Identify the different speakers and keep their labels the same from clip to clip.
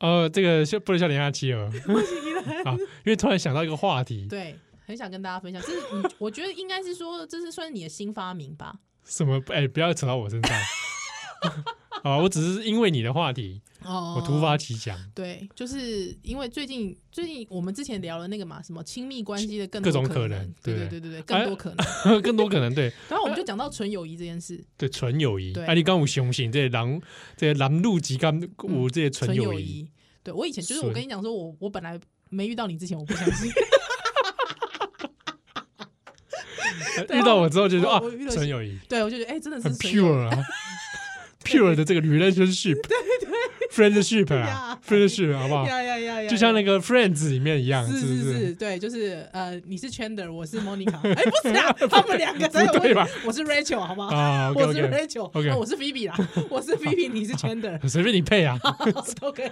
Speaker 1: 呃，这个先不能笑脸下妻儿
Speaker 2: 不行了。
Speaker 1: 啊，因为突然想到一个话题，
Speaker 2: 对，很想跟大家分享，这是你，我觉得应该是说，这是算是你的新发明吧？
Speaker 1: 什么？哎、不要扯到我身上。 啊，我只是因为你的话题，
Speaker 2: 哦
Speaker 1: 我突发奇想，
Speaker 2: 对，就是因为最近最近我们之前聊了那个嘛，什么亲密关系的更
Speaker 1: 各
Speaker 2: 多
Speaker 1: 种可
Speaker 2: 可
Speaker 1: 能
Speaker 2: 对
Speaker 1: 对哎
Speaker 2: 对对对对，更多可能。
Speaker 1: 更多可能对
Speaker 2: 然后我们就讲到纯友谊这件 事，
Speaker 1: 对纯友谊。
Speaker 2: 对
Speaker 1: 啊，你刚有雄性这些狼，这些狼入及刚有这些纯
Speaker 2: 嗯纯
Speaker 1: 友谊，
Speaker 2: 谊。对我以前就是我
Speaker 1: 纯
Speaker 2: 跟你讲说，我我本来没遇到你之前，我不相信。
Speaker 1: 遇到我之后就说
Speaker 2: 我
Speaker 1: 啊
Speaker 2: 我遇，到
Speaker 1: 纯友谊，
Speaker 2: 对，我就觉得哎、真的
Speaker 1: 很
Speaker 2: 是纯友
Speaker 1: pure 啊，pure 的这个 relationship，对对，friendship 啊
Speaker 2: 呀
Speaker 1: ，friendship 好不好？
Speaker 2: 呀呀呀呀，
Speaker 1: 啊就像那
Speaker 2: 个。
Speaker 1: 个 Friends 里面一样，
Speaker 2: 是
Speaker 1: 是不
Speaker 2: 是
Speaker 1: 是？
Speaker 2: 是，对，就是呃，你是 Chandler，我是 Monica，哎、不是啊，他们两个才 有
Speaker 1: 不对
Speaker 2: 问
Speaker 1: 吧
Speaker 2: 题，我是 Rachel，好不好？
Speaker 1: 啊
Speaker 2: 我是
Speaker 1: ，OK OK
Speaker 2: Rachel，啊我是 Phoebe 啦，我是 Phoebe，你是 Chandler，
Speaker 1: OK，随便你配啊，
Speaker 2: 都可以。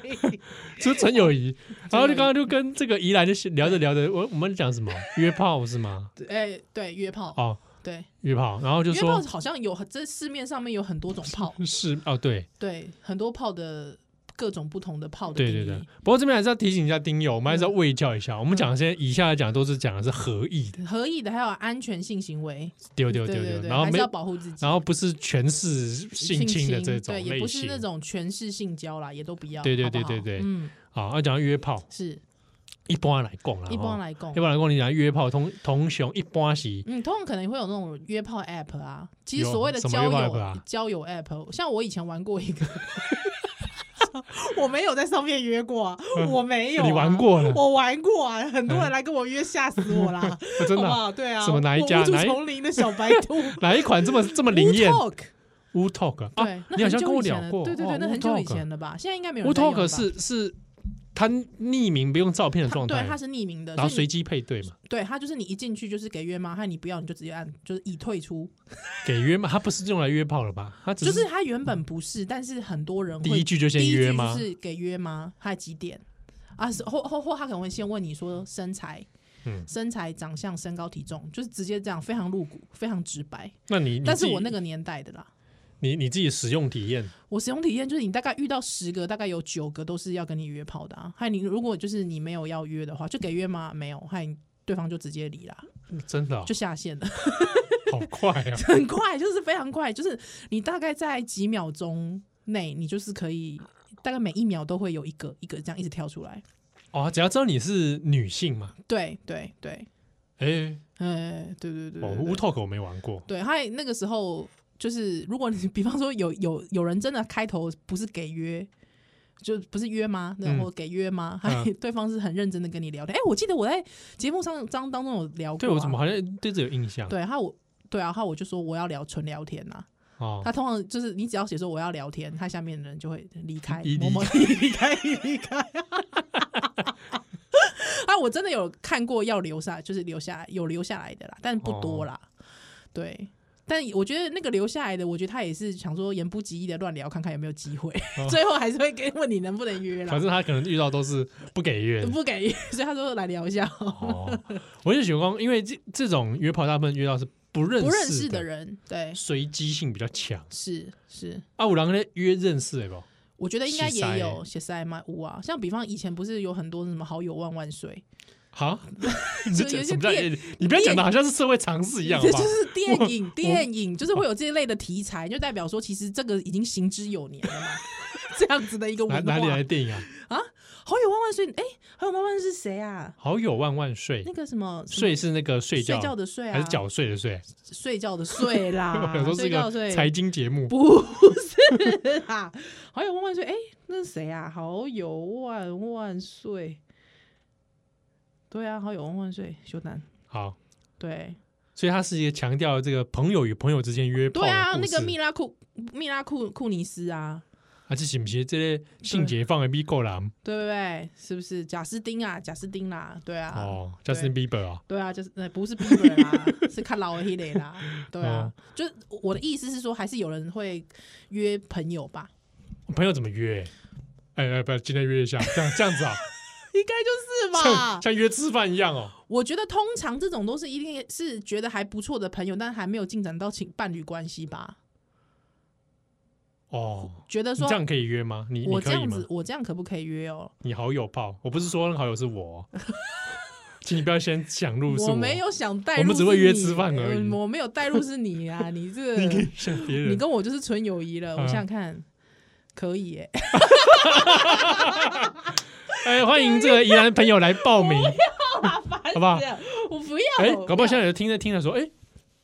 Speaker 1: 这纯友谊。然后就
Speaker 2: 纯
Speaker 1: 刚
Speaker 2: 友谊
Speaker 1: 刚就跟这个宜兰就聊着聊着，我我们讲什么约炮是 吗？
Speaker 2: 哎、对，约炮，
Speaker 1: 哦，
Speaker 2: 对，
Speaker 1: 约炮，然后就
Speaker 2: 约炮
Speaker 1: 说
Speaker 2: 好像有很这市面上面有很 多种炮，
Speaker 1: 是哦，对
Speaker 2: 对，很多炮的各种不同的炮的定
Speaker 1: 对
Speaker 2: 义。
Speaker 1: 对对。不过这边还是要提醒一下丁友，我们还是要喂教一下。我们讲的现在以下讲都是讲的是合意的，
Speaker 2: 合意的还有安全性行为，
Speaker 1: 丢
Speaker 2: 对
Speaker 1: 丢丢
Speaker 2: 对
Speaker 1: 丢，
Speaker 2: 对，
Speaker 1: 然后
Speaker 2: 还是
Speaker 1: 没
Speaker 2: 要保护自己。
Speaker 1: 然后不是全是性侵的这种
Speaker 2: 对，也
Speaker 1: 类
Speaker 2: 不是那
Speaker 1: 型。
Speaker 2: 种全是性交啦，也都不要。
Speaker 1: 对对
Speaker 2: 好不
Speaker 1: 对对
Speaker 2: 好
Speaker 1: 对
Speaker 2: 嗯，
Speaker 1: 好，要讲到约炮，
Speaker 2: 是
Speaker 1: 一般来讲啦，
Speaker 2: 一般
Speaker 1: 哦
Speaker 2: 来讲
Speaker 1: 一，般来讲，你讲约炮同同雄一般是
Speaker 2: 嗯，通常可能会有那种约炮 app 啊，其实
Speaker 1: 有
Speaker 2: 所谓的
Speaker 1: 什么
Speaker 2: 交
Speaker 1: 约
Speaker 2: 友
Speaker 1: 炮 app 啊
Speaker 2: 交友 app，像我以前玩过一个， 我没有在上面约过、啊，我没有、
Speaker 1: 嗯
Speaker 2: 啊，
Speaker 1: 你玩过了
Speaker 2: 我玩过啊，很多人来跟我约，吓死我啦，
Speaker 1: 哦 真的
Speaker 2: 好不
Speaker 1: 啊
Speaker 2: 好？对啊，
Speaker 1: 什么哪一
Speaker 2: 我
Speaker 1: 家
Speaker 2: 无足
Speaker 1: 哪一
Speaker 2: 丛林的小白兔
Speaker 1: 哪一款这么这么 灵验
Speaker 2: Talk，
Speaker 1: ？Wu Talk 啊
Speaker 2: 对，那
Speaker 1: 你好
Speaker 2: 很
Speaker 1: 像
Speaker 2: 久
Speaker 1: 跟我
Speaker 2: 以前
Speaker 1: 聊
Speaker 2: 了
Speaker 1: 过
Speaker 2: 对对
Speaker 1: 哦
Speaker 2: 对，那
Speaker 1: ，Wu
Speaker 2: 很久以
Speaker 1: Talk
Speaker 2: 前了吧？现在应该没
Speaker 1: ，Wu
Speaker 2: 有人在用了
Speaker 1: Talk
Speaker 2: 吧
Speaker 1: 是是它匿名不用照片的
Speaker 2: 它
Speaker 1: 状
Speaker 2: 对，它
Speaker 1: 态，
Speaker 2: 是匿名的，
Speaker 1: 然后
Speaker 2: 所以
Speaker 1: 随
Speaker 2: 你
Speaker 1: 机配对嘛，
Speaker 2: 对它就是你一进去就是给约吗？还你不要你就直接按就是已退出，
Speaker 1: 给约嘛，它不是用来约炮了吧？它只
Speaker 2: 就是它原本不是，但是很多人会
Speaker 1: 第一句就先
Speaker 2: 第一句
Speaker 1: 约吗
Speaker 2: 就？是给约吗？还有几点？啊，是或或或他可能会先问你说身材，
Speaker 1: 嗯
Speaker 2: 身材、长相、身高、体重，就是直接这样，非常露骨，非常直白。
Speaker 1: 那你你
Speaker 2: 但是
Speaker 1: 自己
Speaker 2: 我那个年代的啦，
Speaker 1: 你你自己使用体验，
Speaker 2: 我使用体验就是你大概遇到十个，大概有九个都是要跟你约炮的啊。还有你如果就是你没有要约的话，就给约吗？没有，还有对方就直接离啦，
Speaker 1: 真的哦
Speaker 2: 就 下线了。
Speaker 1: 好快 啊！
Speaker 2: 很快，就是非常快，就是你大概在几秒钟内，你就是可以大概每一秒都会有一个一个这样一直跳出来。
Speaker 1: 哦，只要知道你是女性嘛，
Speaker 2: 对对对，
Speaker 1: 哎，
Speaker 2: 哎，对对对
Speaker 1: 哦
Speaker 2: 对
Speaker 1: ，Wu
Speaker 2: 对，
Speaker 1: Talk 我没玩过，
Speaker 2: 对，还那个时候就是，如果你 比方说有有有人真的开头不是给约。就不是约吗？那
Speaker 1: 嗯
Speaker 2: 我给约吗？还
Speaker 1: 嗯
Speaker 2: 对方是很认真的跟你聊天。哎、我记得我在节目上当当中有聊过、啊，
Speaker 1: 对我怎么好像对这有印象？
Speaker 2: 对，他我对啊，他我就说我要聊纯聊天呐、啊
Speaker 1: 哦
Speaker 2: 他，通常就是你只要写说我要聊天，他下面的人就会离开
Speaker 1: 一，
Speaker 2: 某 某离开离开。 啊，我真的有看过要留下，就是留下有留下来的啦，但不
Speaker 1: 哦
Speaker 2: 多啦。对，但我觉得那个留下来的，我觉得他也是想说言不及义的乱聊，看看有没有机会，
Speaker 1: 哦
Speaker 2: 最后还是会跟问你能不能约啦
Speaker 1: 反。正他可能遇到都是不给约的，
Speaker 2: 不给，所以他说来聊一下，
Speaker 1: 哦，我就喜欢，因为这这种约炮大部分约到是不认
Speaker 2: 不认
Speaker 1: 识
Speaker 2: 识的，人，对，
Speaker 1: 随机性比较强。
Speaker 2: 是是。
Speaker 1: 啊，五郎跟约认识的不？
Speaker 2: 我觉得应该
Speaker 1: 洗腮
Speaker 2: 也有写塞吗？有啊，像比方以前不是有很多什么好友万万岁，
Speaker 1: 好，你这
Speaker 2: 就
Speaker 1: 讲
Speaker 2: 有一些
Speaker 1: 什么叫
Speaker 2: 电
Speaker 1: 你不要讲的好像是社会常识一样，好
Speaker 2: 这
Speaker 1: 不好
Speaker 2: 就？是电
Speaker 1: 我
Speaker 2: 影，电影就是会有这一类的题材，就代表说其实这个已经行之有 年了嘛，这样子的一个
Speaker 1: 哪
Speaker 2: 文化。
Speaker 1: 哪里来的电影啊？
Speaker 2: 好友万万岁，哎、好友万万是谁啊？
Speaker 1: 好友万万岁
Speaker 2: 那，个什么什么
Speaker 1: 税是那个睡觉
Speaker 2: 睡觉的睡啊，
Speaker 1: 还是缴税的税？
Speaker 2: 睡觉的睡啦
Speaker 1: 我想，说是
Speaker 2: 睡
Speaker 1: 一
Speaker 2: 觉
Speaker 1: 个
Speaker 2: 的睡
Speaker 1: 财经节目，
Speaker 2: 不是啦， 好友万万岁！哎、那是谁啊？好友万万岁！对啊，好友万万岁，修丹。
Speaker 1: 好，
Speaker 2: 对
Speaker 1: 所以它是一个强调这个朋友与朋友之间约炮
Speaker 2: 对
Speaker 1: 的
Speaker 2: 啊，
Speaker 1: 故
Speaker 2: 那
Speaker 1: 事
Speaker 2: 个。密拉库密拉库库尼斯啊，
Speaker 1: 啊，这是不是这些性解放的 B 够狼
Speaker 2: 对不对？是不是贾斯汀啊？贾斯汀啦，对啊，
Speaker 1: 哦，Justin Bieber 啊，
Speaker 2: 对啊，就是呃不是 Bieber 啦， 是看老的黑雷啦，对啊，
Speaker 1: 嗯
Speaker 2: 就是我的意思是说，还是有人会约朋友 吧，
Speaker 1: 朋友怎么约？哎哎，不，今天约一下，这样这样子 啊。
Speaker 2: 应该就是吧
Speaker 1: 像。像约吃饭一样哦。
Speaker 2: 我觉得通常这种都是一定是觉得还不错的朋友，但还没有进展到情伴侣关系吧。
Speaker 1: 哦，
Speaker 2: 觉得
Speaker 1: 你
Speaker 2: 说
Speaker 1: 这样可以约吗？你你
Speaker 2: 我
Speaker 1: 可
Speaker 2: 这
Speaker 1: 以
Speaker 2: 样
Speaker 1: 吗
Speaker 2: 子？，我这样可不可以约哦？
Speaker 1: 你好友炮，我不是说那个好友是我 哦，请你不要先想入是
Speaker 2: 我没，有想带入是
Speaker 1: 我
Speaker 2: 你，
Speaker 1: 们只会约吃饭而已
Speaker 2: 嗯我没有带入是你啊，你这
Speaker 1: 你可以
Speaker 2: 个
Speaker 1: 想别
Speaker 2: 你
Speaker 1: 人。
Speaker 2: 跟我就是纯友谊了。我
Speaker 1: 嗯
Speaker 2: 想想看，可以 耶，
Speaker 1: 哎，欢迎这个宜兰朋友来报名，
Speaker 2: 好
Speaker 1: 好不好？
Speaker 2: 我不要，
Speaker 1: 哎，
Speaker 2: 我
Speaker 1: 搞不好现在有听着听着说，哎，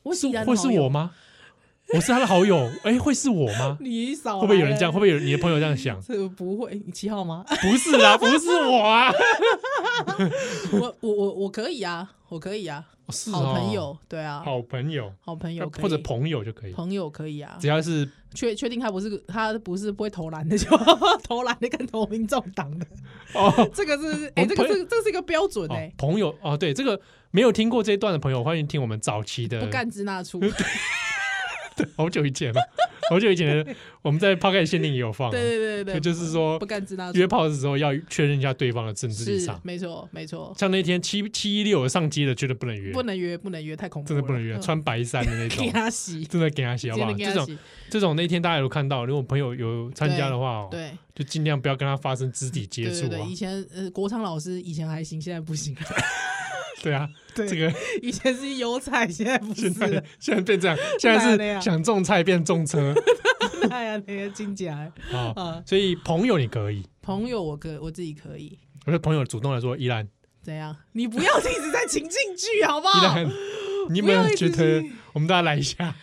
Speaker 2: 我
Speaker 1: 是
Speaker 2: 既然
Speaker 1: 会是
Speaker 2: 好友
Speaker 1: 我，吗？我是他的好友，哎，会是我吗？
Speaker 2: 你少
Speaker 1: 会不
Speaker 2: 来
Speaker 1: 会有人这样？
Speaker 2: 了？
Speaker 1: 会不会有人你的朋友这样想
Speaker 2: 这不会，你七号吗？
Speaker 1: 不是啦，不是我啊，
Speaker 2: 我我我我可以啊，我可以啊，
Speaker 1: 哦是
Speaker 2: 好
Speaker 1: 哦
Speaker 2: 朋，友，对啊，
Speaker 1: 好朋友，
Speaker 2: 好朋友可以
Speaker 1: 或者朋友就可以，
Speaker 2: 朋友可以啊
Speaker 1: 只，要 是
Speaker 2: 确确定他不是他不是不会投篮的 就投篮的跟投民众党的，
Speaker 1: 哦，
Speaker 2: 这个是哎、
Speaker 1: 我
Speaker 2: 这
Speaker 1: 朋
Speaker 2: 个
Speaker 1: 友
Speaker 2: 是这是一个标准哎、
Speaker 1: 哦朋友哦，对，这个没有听过这一段的朋友，欢迎听我们早期的
Speaker 2: 不干支那出，
Speaker 1: 好久以前了，好久以前的，我们在抛开限定也有放啊，
Speaker 2: 对对对对，
Speaker 1: 就是说
Speaker 2: 不干支那出
Speaker 1: 约炮的时候要确认一下对方的政治立
Speaker 2: 是
Speaker 1: 场。
Speaker 2: 没错没错，
Speaker 1: 像那天七七一六上街的，绝对不能约，
Speaker 2: 不能约不能约，太恐怖
Speaker 1: 真
Speaker 2: 了，
Speaker 1: 的不能约，
Speaker 2: 嗯
Speaker 1: 穿白衫的那种
Speaker 2: 给， 他洗，
Speaker 1: 真的给他写好不好？
Speaker 2: 真的
Speaker 1: 这
Speaker 2: 给
Speaker 1: 种
Speaker 2: 他洗，
Speaker 1: 这种那天大家有看到，如果朋友有参加的话、哦，
Speaker 2: 对
Speaker 1: 就尽量不要跟他发生肢体接
Speaker 2: 对
Speaker 1: 触
Speaker 2: 对
Speaker 1: 啊。
Speaker 2: 对，以前呃国昌老师以前还行，现在不行，
Speaker 1: 对啊，
Speaker 2: 对
Speaker 1: 这个
Speaker 2: 以前是有彩，现在不 是
Speaker 1: 现
Speaker 2: 了
Speaker 1: 在，现在 变这样，现
Speaker 2: 哪
Speaker 1: 在
Speaker 2: 样
Speaker 1: 是想种菜变种车
Speaker 2: 哎呀，那个金甲
Speaker 1: 啊、
Speaker 2: 啊，
Speaker 1: 所以朋友你可以，
Speaker 2: 朋友我可我自己可以。
Speaker 1: 我说朋友主动来说，依然
Speaker 2: 怎样？你不要一直在情境剧好不
Speaker 1: 依
Speaker 2: 好？
Speaker 1: 然，你有
Speaker 2: 不
Speaker 1: 没
Speaker 2: 要
Speaker 1: 有
Speaker 2: 一
Speaker 1: 觉
Speaker 2: 直
Speaker 1: 得
Speaker 2: 去
Speaker 1: 我们大家来一下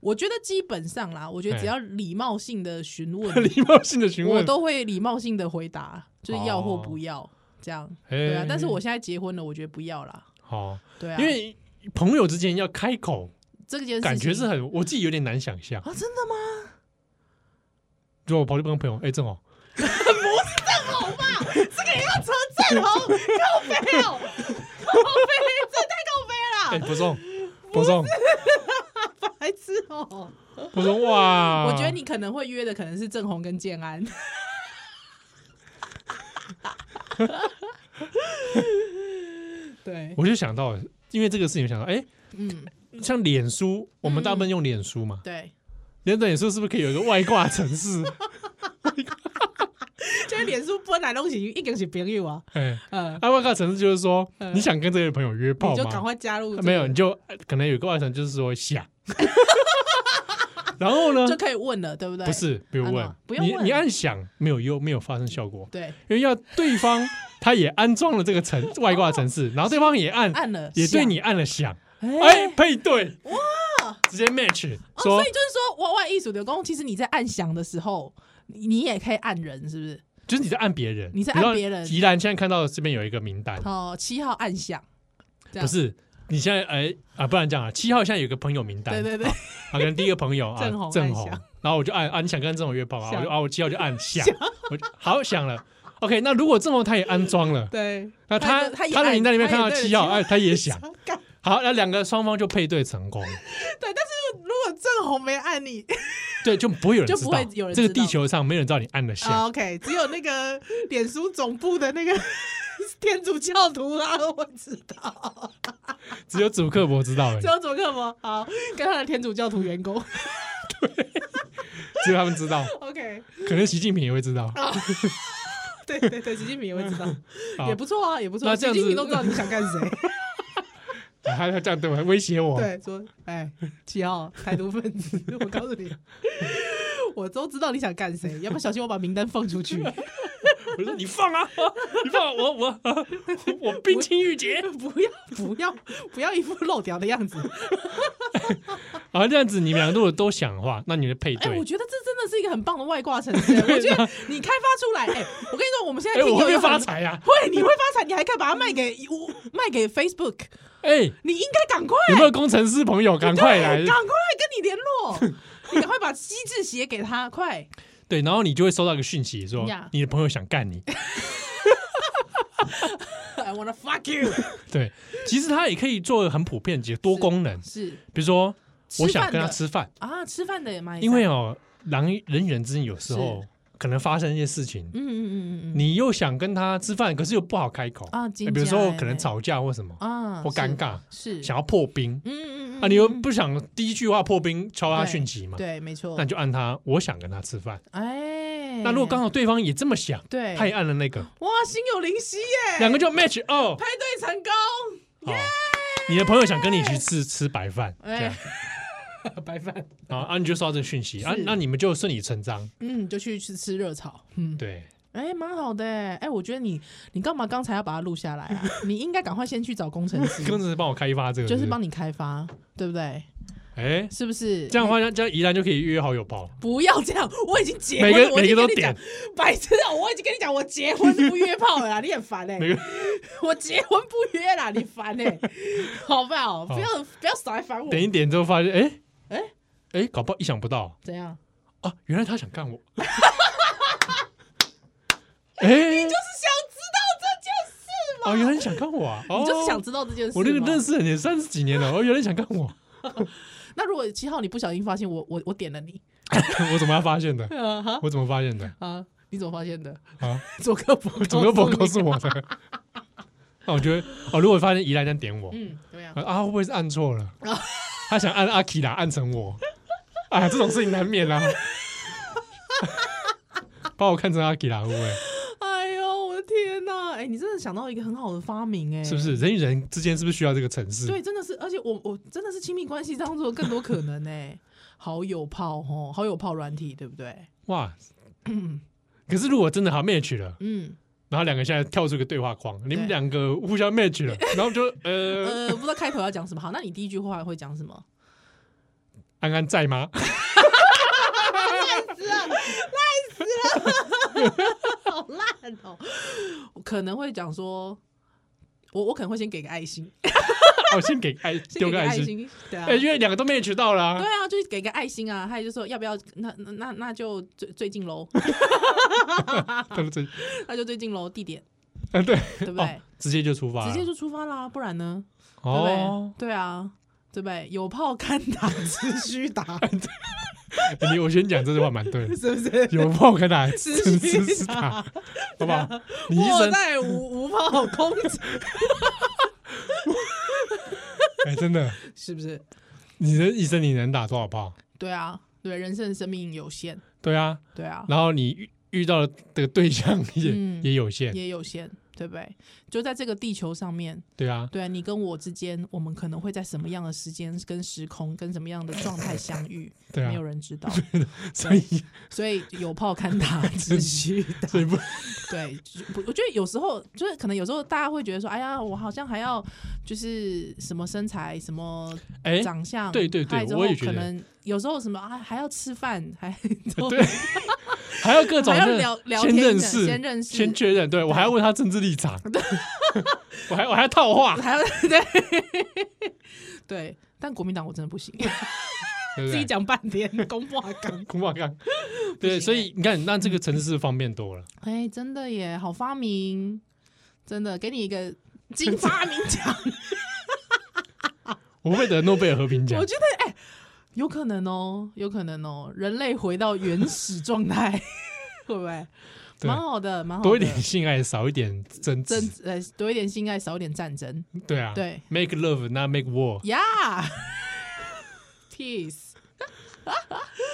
Speaker 2: 我觉得基本上啦，我觉得只要礼貌性的询 问，
Speaker 1: 哎礼貌性的询
Speaker 2: 我
Speaker 1: 问？哦
Speaker 2: 都会礼貌性的回答，就是要或不要、这样。对啊
Speaker 1: 哎，
Speaker 2: 但是我现在结婚了，我觉得不要啦。
Speaker 1: 好、
Speaker 2: 对啊，
Speaker 1: 因为朋友之间要开口，
Speaker 2: 这件事情
Speaker 1: 感觉是很我自己有点难想象。
Speaker 2: 啊，真的吗？
Speaker 1: 如果我跑去跟朋友，哎、正
Speaker 2: 啊
Speaker 1: 好
Speaker 2: 正红靠背哦， 靠背，这
Speaker 1: 哎、
Speaker 2: 太靠背了，
Speaker 1: 伯仲，伯仲，
Speaker 2: 白痴哦。
Speaker 1: 伯仲，哇！
Speaker 2: 我觉得你可能会约的可能是郑红跟建安。 对，
Speaker 1: 我就想到了，因为这个事情我想到，哎、
Speaker 2: 嗯，
Speaker 1: 像脸书，我们大部分用脸书嘛，
Speaker 2: 对，嗯
Speaker 1: 脸、脸书是不是可以有一个外挂城 市？
Speaker 2: 就是脸书本来东西一定是朋友啊，
Speaker 1: 哎、
Speaker 2: 嗯，
Speaker 1: 啊，外挂城市就是说，
Speaker 2: 嗯
Speaker 1: 你想跟这个朋友约炮
Speaker 2: 你就赶
Speaker 1: 吗？
Speaker 2: 快加入这个，
Speaker 1: 没有，你就呃可能有个外层，就是说 想，然后呢
Speaker 2: 就？可以问了，对不对？
Speaker 1: 不，是，不用
Speaker 2: 按
Speaker 1: 问
Speaker 2: 了，不用
Speaker 1: 你
Speaker 2: 问
Speaker 1: 你按想没有用，没有发生效果，
Speaker 2: 对，
Speaker 1: 因为要对方他也安装了这个城外挂城市，然后对方也按
Speaker 2: 哦按了
Speaker 1: 也对
Speaker 2: 想
Speaker 1: 你按了响，哎、
Speaker 2: 哎。
Speaker 1: 配对哇，直接 match
Speaker 2: 哦，
Speaker 1: 说
Speaker 2: 所以就是说，我外艺术的工，其实你在按响的时候，你你也可以按人，是不是？
Speaker 1: 就是你在按别人，
Speaker 2: 你在
Speaker 1: 比如说
Speaker 2: 按别人
Speaker 1: 宜兰现在看到这边有一个名单，
Speaker 2: 哦，七号按响，
Speaker 1: 不
Speaker 2: 这样
Speaker 1: 是你现在哎啊，不然这样啊，七号现在有个朋友名单，
Speaker 2: 对对对，
Speaker 1: 啊，跟第一个朋友啊
Speaker 2: 郑红
Speaker 1: 郑
Speaker 2: 按
Speaker 1: 红
Speaker 2: 响，
Speaker 1: 然后我就按啊，你想跟郑红约炮啊，
Speaker 2: 想
Speaker 1: 我就啊我七号就按响，我就好想了。OK，那如果郑红他也安装 了，
Speaker 2: 对，
Speaker 1: 那他
Speaker 2: 他就他也
Speaker 1: 他的
Speaker 2: 按
Speaker 1: 名单里面
Speaker 2: 他也
Speaker 1: 看到
Speaker 2: 对了
Speaker 1: 七号，
Speaker 2: 七号
Speaker 1: 哎，他也 想
Speaker 2: 干
Speaker 1: 好，那两个双方就配对成功，
Speaker 2: 对，但是如果正红没按你、
Speaker 1: 对，就不会有人
Speaker 2: 就
Speaker 1: 知
Speaker 2: 不
Speaker 1: 道
Speaker 2: 会有人
Speaker 1: 这个
Speaker 2: 知
Speaker 1: 地
Speaker 2: 道哦
Speaker 1: 球上没有人知道你按了响，
Speaker 2: o k 只有 那个脸书总部的那个天主教徒啊，我知 道，
Speaker 1: 只有主客博知 道而已
Speaker 2: 只，有佐克 吗？好，跟他的天主教徒员工
Speaker 1: 只有他们知道，
Speaker 2: ，OK，
Speaker 1: 可能习近平也会知道。
Speaker 2: 哦对对对，习近平也会知道，
Speaker 1: 好
Speaker 2: 也不错啊，也不错，
Speaker 1: 那这样
Speaker 2: 习
Speaker 1: 子
Speaker 2: 近平都知道你想 干谁，
Speaker 1: 哎他他这样对我威胁我，
Speaker 2: 对，说，哎，七号台独分子，我告 诉你。我都知道你想干谁，要不小心我把名单放 出去，
Speaker 1: 哎我说你放啊， 你放啊、我 我 我我冰清玉洁，
Speaker 2: 不要不要不要一副漏掉的样子，
Speaker 1: 啊，这样子你们俩如果都想的话，那你们配
Speaker 2: 哎、
Speaker 1: 对啊
Speaker 2: 我，觉得这真的是一个很棒的外挂城 市。我觉得你开发出来，哎、我跟你说，我们现
Speaker 1: 哎、
Speaker 2: 在听
Speaker 1: 我会
Speaker 2: 友
Speaker 1: 不
Speaker 2: 有
Speaker 1: 会
Speaker 2: 很多
Speaker 1: 发，财啊？
Speaker 2: 会，你会发财，你还可以把它卖给
Speaker 1: 嗯
Speaker 2: 我，卖给 Facebook，
Speaker 1: 哎、
Speaker 2: 你应该赶快，
Speaker 1: 有没有工程师朋友，赶快来
Speaker 2: 对！赶快跟你 联络，你赶快把机制写给他，快，
Speaker 1: 对，然后你就会收到一个讯息说
Speaker 2: 呀
Speaker 1: 你的朋友想干你。
Speaker 2: I wanna fuck you，
Speaker 1: 对，其实它也可以做很普遍，也多功能，
Speaker 2: 是
Speaker 1: 比如说我
Speaker 2: 吃
Speaker 1: 想
Speaker 2: 饭
Speaker 1: 跟他
Speaker 2: 的
Speaker 1: 吃饭，
Speaker 2: 啊，吃饭的也蛮，
Speaker 1: 因为
Speaker 2: 嗯
Speaker 1: 哦，人人与人之间有时候可能发生一些事情，
Speaker 2: 嗯嗯嗯嗯，
Speaker 1: 你又想跟他吃饭，可是又不好开口哎
Speaker 2: 啊真
Speaker 1: 比如说
Speaker 2: 假
Speaker 1: 可能吵架或什么，
Speaker 2: 啊，
Speaker 1: 或
Speaker 2: 是
Speaker 1: 尴尬，
Speaker 2: 是
Speaker 1: 想要破冰，
Speaker 2: 嗯嗯嗯
Speaker 1: 啊，你又不想第一句话破冰敲他讯息嘛？
Speaker 2: 对，没错
Speaker 1: 那。你就按他，我想跟他吃饭。
Speaker 2: 哎，
Speaker 1: 那如果刚好对方也这么想，
Speaker 2: 对，
Speaker 1: 他也按了那个，
Speaker 2: 哇，心有灵犀耶，
Speaker 1: 两个就 match 哦。
Speaker 2: 派对成功，
Speaker 1: 好，你的朋友想跟你一起吃吃白饭，这样
Speaker 2: 哎， 白饭，
Speaker 1: 啊啊，你就收到这个讯息啊
Speaker 2: 是，
Speaker 1: 那你们就顺理成章。
Speaker 2: 嗯，就去吃吃热炒，嗯，
Speaker 1: 对，
Speaker 2: 哎，蛮好的耶，哎，我觉得你你干嘛刚才要把它录下来啊？ 你应该赶快先去找工程师，
Speaker 1: 工程师帮我开发这个，
Speaker 2: 就是
Speaker 1: 不
Speaker 2: 帮你开发，对不对？
Speaker 1: 哎，
Speaker 2: 是不是？
Speaker 1: 这样的话，这样宜兰就可以约好友跑。
Speaker 2: 不要这样，我已经结婚
Speaker 1: 每
Speaker 2: 了，
Speaker 1: 个
Speaker 2: 我已
Speaker 1: 每
Speaker 2: 经
Speaker 1: 个
Speaker 2: 跟
Speaker 1: 都
Speaker 2: 你讲
Speaker 1: 点，，
Speaker 2: 白痴啊！我已经跟你讲，我结婚就不约炮了啦，你很烦哎、
Speaker 1: 每个
Speaker 2: 我结婚不约啦，你烦哎、好不 好？不要不要少来烦我。
Speaker 1: 点一点之后发现，哎
Speaker 2: 哎
Speaker 1: 哎哎，搞不好意想不到
Speaker 2: 怎样？
Speaker 1: 啊，原来他想 干我。哎，
Speaker 2: 就是想知道这件事，
Speaker 1: 哦，原来你想干我啊！哦
Speaker 2: 你就是想知道这件事。
Speaker 1: 我那个认
Speaker 2: 识。
Speaker 1: 识了你三十几年了，哦，原来你想干我，
Speaker 2: 那如果七号你不小心发现我我我点了你，
Speaker 1: 我怎么样发现的？
Speaker 2: 啊哈
Speaker 1: 我怎么发现的？
Speaker 2: 啊！你怎么发现的？
Speaker 1: 啊，
Speaker 2: 左科博，
Speaker 1: 怎么不告诉我的？ 那我觉得，哦，如果发现宜兰在点我，
Speaker 2: 嗯，哦怎么样？
Speaker 1: 啊，会不会是按错了？他想按阿 k 啦，按成我， 啊， 这种事情难免啦。把我看成阿 k 啦，会不会？
Speaker 2: 哎呦，我的天哪！哎，你真的想到一个很好的发明哎、
Speaker 1: 是不？是人与人之间是不是需要这个城市？
Speaker 2: 对，真的是，而且我我真的是亲密关系当中有更多可能呢、哎 好友炮哦，好友炮软体，对不对？
Speaker 1: 哇，可是如果真的好 match 了，
Speaker 2: 嗯，
Speaker 1: 然后两个现在跳出个对话框，你
Speaker 2: 对
Speaker 1: 们两个互相 match 了，然后就呃，
Speaker 2: 呃，不知道开头要讲什么。好，那你第一句话会讲什么？
Speaker 1: 安安在吗？
Speaker 2: 好烂哦！我可能会讲说，我我可能会先给个爱心，
Speaker 1: 哦，先给爱
Speaker 2: 先给
Speaker 1: 丢
Speaker 2: 个
Speaker 1: 个
Speaker 2: 爱
Speaker 1: 爱心，，
Speaker 2: 对啊
Speaker 1: 哎，，因为两个都 match 到了啊
Speaker 2: 对，啊，就是给个爱心啊。还有就说要不要，那那那那就最最近喽，啊
Speaker 1: 对不对？
Speaker 2: 那就最近喽，地点
Speaker 1: 啊，对，
Speaker 2: 对不
Speaker 1: 哦
Speaker 2: 对？，
Speaker 1: 直接就出发了，
Speaker 2: 直接就出发啦，不然呢？对不
Speaker 1: 哦
Speaker 2: 对？，对啊，对不对？有炮敢打，只需打，
Speaker 1: 哎你我先讲这句话蛮对的，
Speaker 2: 是不是？
Speaker 1: 有炮可打，吃
Speaker 2: 持
Speaker 1: 吃
Speaker 2: 续
Speaker 1: 吃打，好不 好？ 你一
Speaker 2: 我
Speaker 1: 生
Speaker 2: 在无 无炮空击，
Speaker 1: 哎，真的，
Speaker 2: 是不是？
Speaker 1: 你的一生你能打多少炮？
Speaker 2: 对啊，对，人生生命有限，
Speaker 1: 对啊，
Speaker 2: 对啊，
Speaker 1: 然后你遇遇到的对象也
Speaker 2: 嗯
Speaker 1: 也有限，
Speaker 2: 也有限，对不对？就在这个地球上面，
Speaker 1: 对啊，
Speaker 2: 对你跟我之间，我们可能会在什么样的时间、跟时空、跟什么样的状态相遇，
Speaker 1: 对啊
Speaker 2: 没有，人知道。
Speaker 1: 所以
Speaker 2: 所以有炮看打，只需打。
Speaker 1: 所以不
Speaker 2: 对，就是不我觉得有时候就是可能有时候大家会觉得说，哎呀，我好像还要就是什么身材、什么
Speaker 1: 哎，
Speaker 2: 长相，
Speaker 1: 对对对
Speaker 2: 还有之后
Speaker 1: 我也觉得
Speaker 2: 可能有时候什么啊还要吃饭，还
Speaker 1: 对， 还要各种
Speaker 2: 还要
Speaker 1: 认
Speaker 2: 聊聊
Speaker 1: 先
Speaker 2: 天
Speaker 1: 认
Speaker 2: 的
Speaker 1: 识，
Speaker 2: 先认识
Speaker 1: 先确认，对我还要问他政治立 场， 我还我还要套话，
Speaker 2: 还要 对对，但国民党我真的不行，
Speaker 1: 对不
Speaker 2: 自
Speaker 1: 对
Speaker 2: 己？讲半天，公 布刚。
Speaker 1: 恐怕刚
Speaker 2: 不行欸
Speaker 1: 对，所以你看，那这个城市方便多了。
Speaker 2: 哎，真的耶，好发明，真的给你 一个金发明奖，
Speaker 1: 我会不会得诺贝尔和平奖
Speaker 2: 我，觉得哎，有可能哦，有可能哦，人类回到原始状态， 会不会？
Speaker 1: 对
Speaker 2: 蛮好的，蛮好的，
Speaker 1: 多一点性爱，少一点争
Speaker 2: 争
Speaker 1: 执，
Speaker 2: 呃多一点性爱，少一点战争，
Speaker 1: 对啊，
Speaker 2: 对
Speaker 1: ，make love not make war。
Speaker 2: 呀、peace。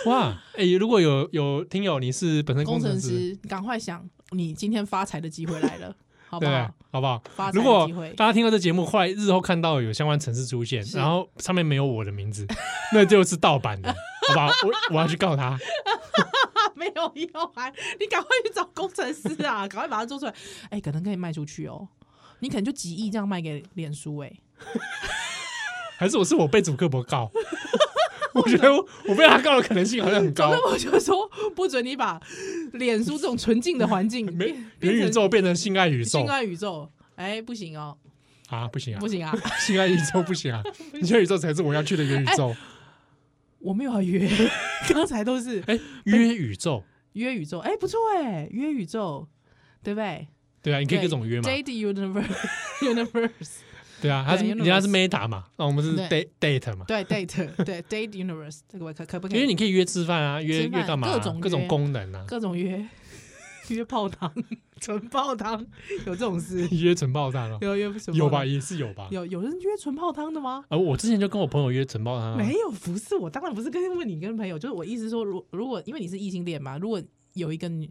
Speaker 1: 哇，哎，如果有有听友你是本身
Speaker 2: 工
Speaker 1: 工
Speaker 2: 程
Speaker 1: 程师，
Speaker 2: 师，赶快想，你今天发财的机会来 了，好不
Speaker 1: 对
Speaker 2: 好？，
Speaker 1: 好不好？
Speaker 2: 发财
Speaker 1: 如
Speaker 2: 的
Speaker 1: 果
Speaker 2: 机会，
Speaker 1: 大家听到这节目，后来日后看到有相关城市出现，
Speaker 2: 是
Speaker 1: 然后上面没有我的名字， 那就是盗版 的，好不好？我我要去告他。
Speaker 2: 没有要还，你赶快去找工程师啊，赶快把它做出来。哎、可能可以卖出去哦，你可能就几亿这样卖给脸书哎、
Speaker 1: 还是我是我被主客博告？ 我觉得我我被他告的可能性好像很
Speaker 2: 总
Speaker 1: 高
Speaker 2: 之。我就说不准你把脸书这种纯净的环境
Speaker 1: 没
Speaker 2: 变
Speaker 1: 元
Speaker 2: 变成
Speaker 1: 宇宙变成性爱宇宙
Speaker 2: 性爱宇宙，哎、不行哦，
Speaker 1: 啊，不行啊
Speaker 2: 不，行啊，
Speaker 1: 性爱宇宙 不行啊，元宇宙才是我要去的元宇宙。
Speaker 2: 我没有要约， 刚才都是
Speaker 1: 哎，约宇宙，
Speaker 2: 约宇宙，哎、不错哎、约宇宙，对不对？
Speaker 1: 对啊，你可以
Speaker 2: 对
Speaker 1: 各种约嘛，
Speaker 2: Jade Universe Universe，
Speaker 1: 对啊，他是
Speaker 2: 对
Speaker 1: 人家是 Meta 嘛，哦那我们是
Speaker 2: 对
Speaker 1: date date 嘛，
Speaker 2: 对 Date 对 Jade Universe 这个可可不可以？
Speaker 1: 因为你可以约吃饭啊，约
Speaker 2: 吃饭
Speaker 1: 约干嘛啊，
Speaker 2: 各种约
Speaker 1: 各种功能啊，
Speaker 2: 各种约，约泡汤，纯泡汤有这种事？
Speaker 1: 约晨爆弹了，
Speaker 2: 有约纯
Speaker 1: 有
Speaker 2: 泡
Speaker 1: 吧？
Speaker 2: 汤？
Speaker 1: 也是有吧？
Speaker 2: 有有人约纯泡汤的吗？
Speaker 1: 啊，我之前就跟我朋友约晨爆弹啊，
Speaker 2: 没有，不是我，当然不是跟问你跟朋友，就是我意思说，如如果因为你是异性恋嘛，如果有一个女，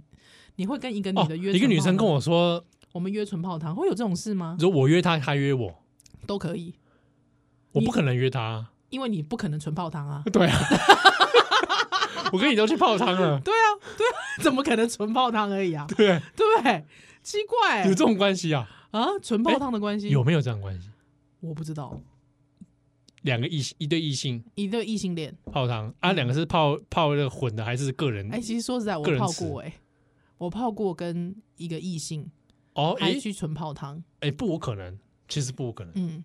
Speaker 2: 你会跟一个女
Speaker 1: 哦，
Speaker 2: 的约、
Speaker 1: 一个女生跟
Speaker 2: 我，
Speaker 1: 我说，
Speaker 2: 我们约纯泡汤，会有这种事吗？
Speaker 1: 如果我约她，她约我，
Speaker 2: 都可以，
Speaker 1: 我
Speaker 2: 你
Speaker 1: 不可能约 她。啊
Speaker 2: 因为你不可能纯泡汤啊，
Speaker 1: 对啊，我跟你都去泡汤 了，
Speaker 2: 啊怎么可能纯泡汤而已 啊？
Speaker 1: 对，
Speaker 2: 对不对？奇怪、
Speaker 1: 有这种关系啊？
Speaker 2: 啊，纯泡汤的关系、
Speaker 1: 有没有这样关系？
Speaker 2: 我不知道，
Speaker 1: 两个异一对异性
Speaker 2: 一对异性恋，
Speaker 1: 泡汤啊，两个是泡泡那个混的还是个人
Speaker 2: 哎、？其实说实在，我
Speaker 1: 个人
Speaker 2: 泡
Speaker 1: 吃
Speaker 2: 过、哎，我泡过跟一个异性，
Speaker 1: 哦，
Speaker 2: 还
Speaker 1: 哎
Speaker 2: 去纯泡汤，
Speaker 1: 哎，不无可能，其实不无可能。
Speaker 2: 嗯，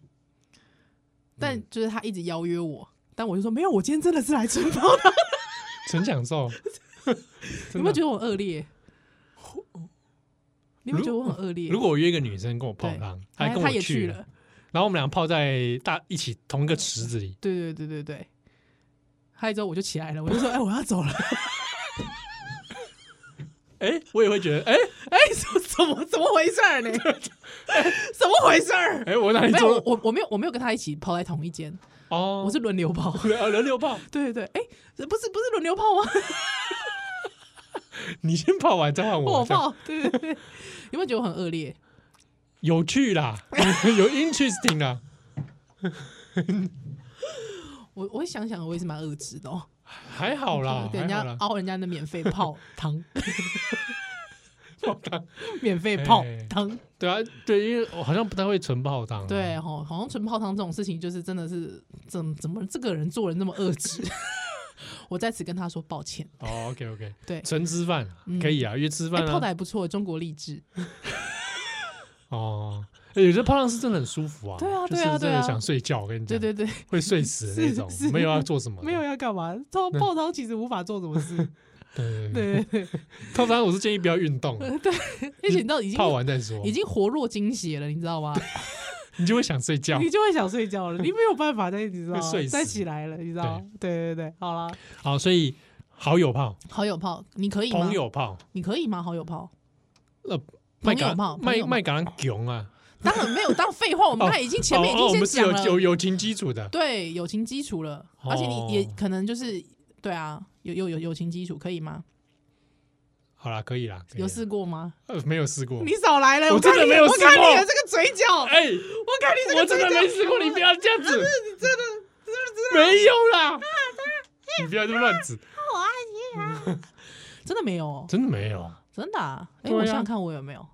Speaker 2: 但就是他一直邀约我，但我就说没有，我今天真的是来纯泡汤，
Speaker 1: 纯享受，
Speaker 2: 你
Speaker 1: 真
Speaker 2: 会
Speaker 1: 的
Speaker 2: 觉得我很 恶劣？你会觉得我很恶劣？
Speaker 1: 如果我约一个女生跟我泡
Speaker 2: 对
Speaker 1: 汤，她
Speaker 2: 哎
Speaker 1: 还跟
Speaker 2: 他
Speaker 1: 我
Speaker 2: 也去
Speaker 1: 了，
Speaker 2: 了，
Speaker 1: 然后我们俩泡在大一起同一个池子里，
Speaker 2: 对对对对对，嗨之后我就起来了，我就说哎、我要走了，
Speaker 1: 哎，我也会觉得，哎
Speaker 2: 哎、怎么怎么怎么回事 儿呢？ 怎么回事儿？
Speaker 1: 哎，我哪里
Speaker 2: 没有，
Speaker 1: 做
Speaker 2: 我我我没有我没有跟他一起泡在同一间，
Speaker 1: 哦，
Speaker 2: 我是轮流泡。
Speaker 1: 呃轮流泡，
Speaker 2: 对对对，哎、不是不是轮流泡吗？
Speaker 1: 你先泡完再换我
Speaker 2: 我
Speaker 1: 这样
Speaker 2: 泡，对对对，有没有觉得我很恶劣？
Speaker 1: 有趣啦，有 interesting 啦，
Speaker 2: 我我想想，我也是蛮恶质的哦，
Speaker 1: 还好 啦，
Speaker 2: 对
Speaker 1: 还
Speaker 2: 人
Speaker 1: 好
Speaker 2: 家哦
Speaker 1: 啦，
Speaker 2: 凹人家的免费 泡汤，
Speaker 1: 泡汤，
Speaker 2: 免费泡
Speaker 1: 哎
Speaker 2: 汤，
Speaker 1: 对啊，对，因为我好像不太会纯泡汤，，啊
Speaker 2: 对吼，好像纯泡汤这种事情，就是真的是怎么怎么这个人做人那么恶质， 我在此跟他说抱歉。
Speaker 1: 哦，OK OK，
Speaker 2: 对
Speaker 1: 纯吃饭
Speaker 2: 嗯
Speaker 1: 可以啊，约吃
Speaker 2: 哎、
Speaker 1: 饭
Speaker 2: 泡的
Speaker 1: 啊，
Speaker 2: 还不错，中国励志，
Speaker 1: 哦，哎有些泡汤是真的很舒服啊，
Speaker 2: 对啊
Speaker 1: 就是
Speaker 2: 对啊
Speaker 1: 真
Speaker 2: 对
Speaker 1: 的
Speaker 2: 啊
Speaker 1: 想睡觉，我跟你
Speaker 2: 对
Speaker 1: 讲，
Speaker 2: 对对，
Speaker 1: 会睡死的那种
Speaker 2: 是，是
Speaker 1: 没有要做什么的，
Speaker 2: 没有要干嘛，泡泡汤其实无法做什么事，
Speaker 1: 对，对对，
Speaker 2: 对对对，
Speaker 1: 泡汤我是建议不要运 动啊，
Speaker 2: 而且你知道已经
Speaker 1: 泡完再说，
Speaker 2: 已经活络精血了，你知 道吗？
Speaker 1: 你就会想睡觉
Speaker 2: 你。就会想睡觉了，你没有办法再你知道
Speaker 1: 会睡死
Speaker 2: 再起来了，你知道？对对对，好啦，
Speaker 1: 好，所以好友泡、
Speaker 2: 好友泡，你可以吗？
Speaker 1: 朋友泡，
Speaker 2: 你可以吗？好友泡，
Speaker 1: 呃，
Speaker 2: 朋
Speaker 1: 麦
Speaker 2: 友泡
Speaker 1: 港
Speaker 2: 朋
Speaker 1: 麦
Speaker 2: 友泡
Speaker 1: 麦港穷啊，
Speaker 2: 当然没有当废话，我们
Speaker 1: 哦
Speaker 2: 刚才已经前面
Speaker 1: 哦哦我
Speaker 2: 已经
Speaker 1: 们是
Speaker 2: 先
Speaker 1: 有
Speaker 2: 讲了，
Speaker 1: 有友情基础的，
Speaker 2: 对友情基础了，
Speaker 1: 哦
Speaker 2: 而且你也可能就是对啊，有有有友情基础可以吗？
Speaker 1: 好啦，可以啦，可以啦啊
Speaker 2: 有试过吗？
Speaker 1: 呃没有试过？
Speaker 2: 你少来了，
Speaker 1: 我
Speaker 2: 看
Speaker 1: 真的
Speaker 2: 你
Speaker 1: 没有
Speaker 2: 我看
Speaker 1: 试过
Speaker 2: 你的这个嘴角，我
Speaker 1: 哎，
Speaker 2: 看你这
Speaker 1: 我
Speaker 2: 个
Speaker 1: 真
Speaker 2: 嘴
Speaker 1: 的没
Speaker 2: 角，
Speaker 1: 试过，你不要这样子，你真的没有
Speaker 2: 啊
Speaker 1: 啦，你不要这么乱指，
Speaker 2: 真的没有哦，
Speaker 1: 真的没有，
Speaker 2: 真的啊？哎，
Speaker 1: 对啊
Speaker 2: 我想想看我有没有，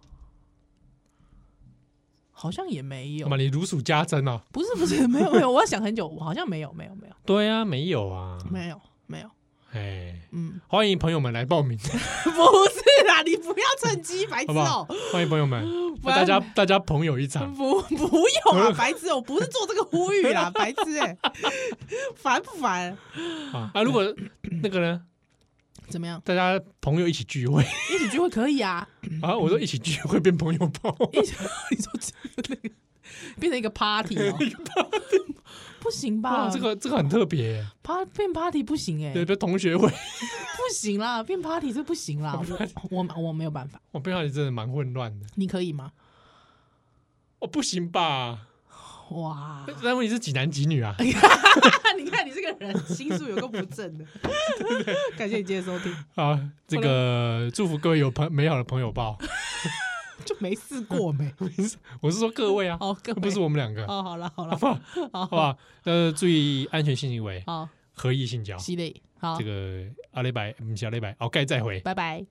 Speaker 2: 好像也没有
Speaker 1: 妈，，你如数家珍哦。
Speaker 2: 不是不是，没有没有，我要想很久，我好像没有没有没有
Speaker 1: 对啊，没有啊，
Speaker 2: 没有没有，
Speaker 1: 哎，
Speaker 2: 嗯，
Speaker 1: 欢迎朋友们来报 名，
Speaker 2: 不是啦，你不要趁机，白
Speaker 1: 好
Speaker 2: 痴
Speaker 1: 不好
Speaker 2: 哦、？
Speaker 1: 欢迎朋友 们，
Speaker 2: 不然
Speaker 1: 大家大家朋友一场，啊
Speaker 2: 不，不 用啊，白痴，我不是做这个呼吁啦，白痴哎、烦不烦？
Speaker 1: 啊啊！如果那个呢，
Speaker 2: 怎么样？
Speaker 1: 大家朋友一起聚会
Speaker 2: 一起聚会可以啊，
Speaker 1: 啊，我说一起聚会变朋友包，
Speaker 2: 一起你说这个变成一个 party 哦、不行吧？
Speaker 1: 哇，哦这个这个很特别，
Speaker 2: 趴变 party 不行哎、
Speaker 1: 对，不同学会，
Speaker 2: 不行啦，变 party 这不行啦，我我我没有办法，
Speaker 1: 我不知道你真的蛮混乱的，
Speaker 2: 你可以吗？
Speaker 1: 哦，不行吧？
Speaker 2: 哇，
Speaker 1: 但问题是几男几女啊？
Speaker 2: 哎你看你这个人心术有个不正的，感谢你今天收听，
Speaker 1: 啊，这个祝福各位有朋美好的朋友报，
Speaker 2: 就没试过没？
Speaker 1: 我是说各位啊，
Speaker 2: 哦，各位
Speaker 1: 不是我们两个，好
Speaker 2: 哦，好了好了，
Speaker 1: 不好？好不好？呃，注意安全性行为，
Speaker 2: 好，
Speaker 1: 合意性交，
Speaker 2: 系列好
Speaker 1: 这，个阿雷白不是阿雷白，哦，盖再回。
Speaker 2: 拜拜。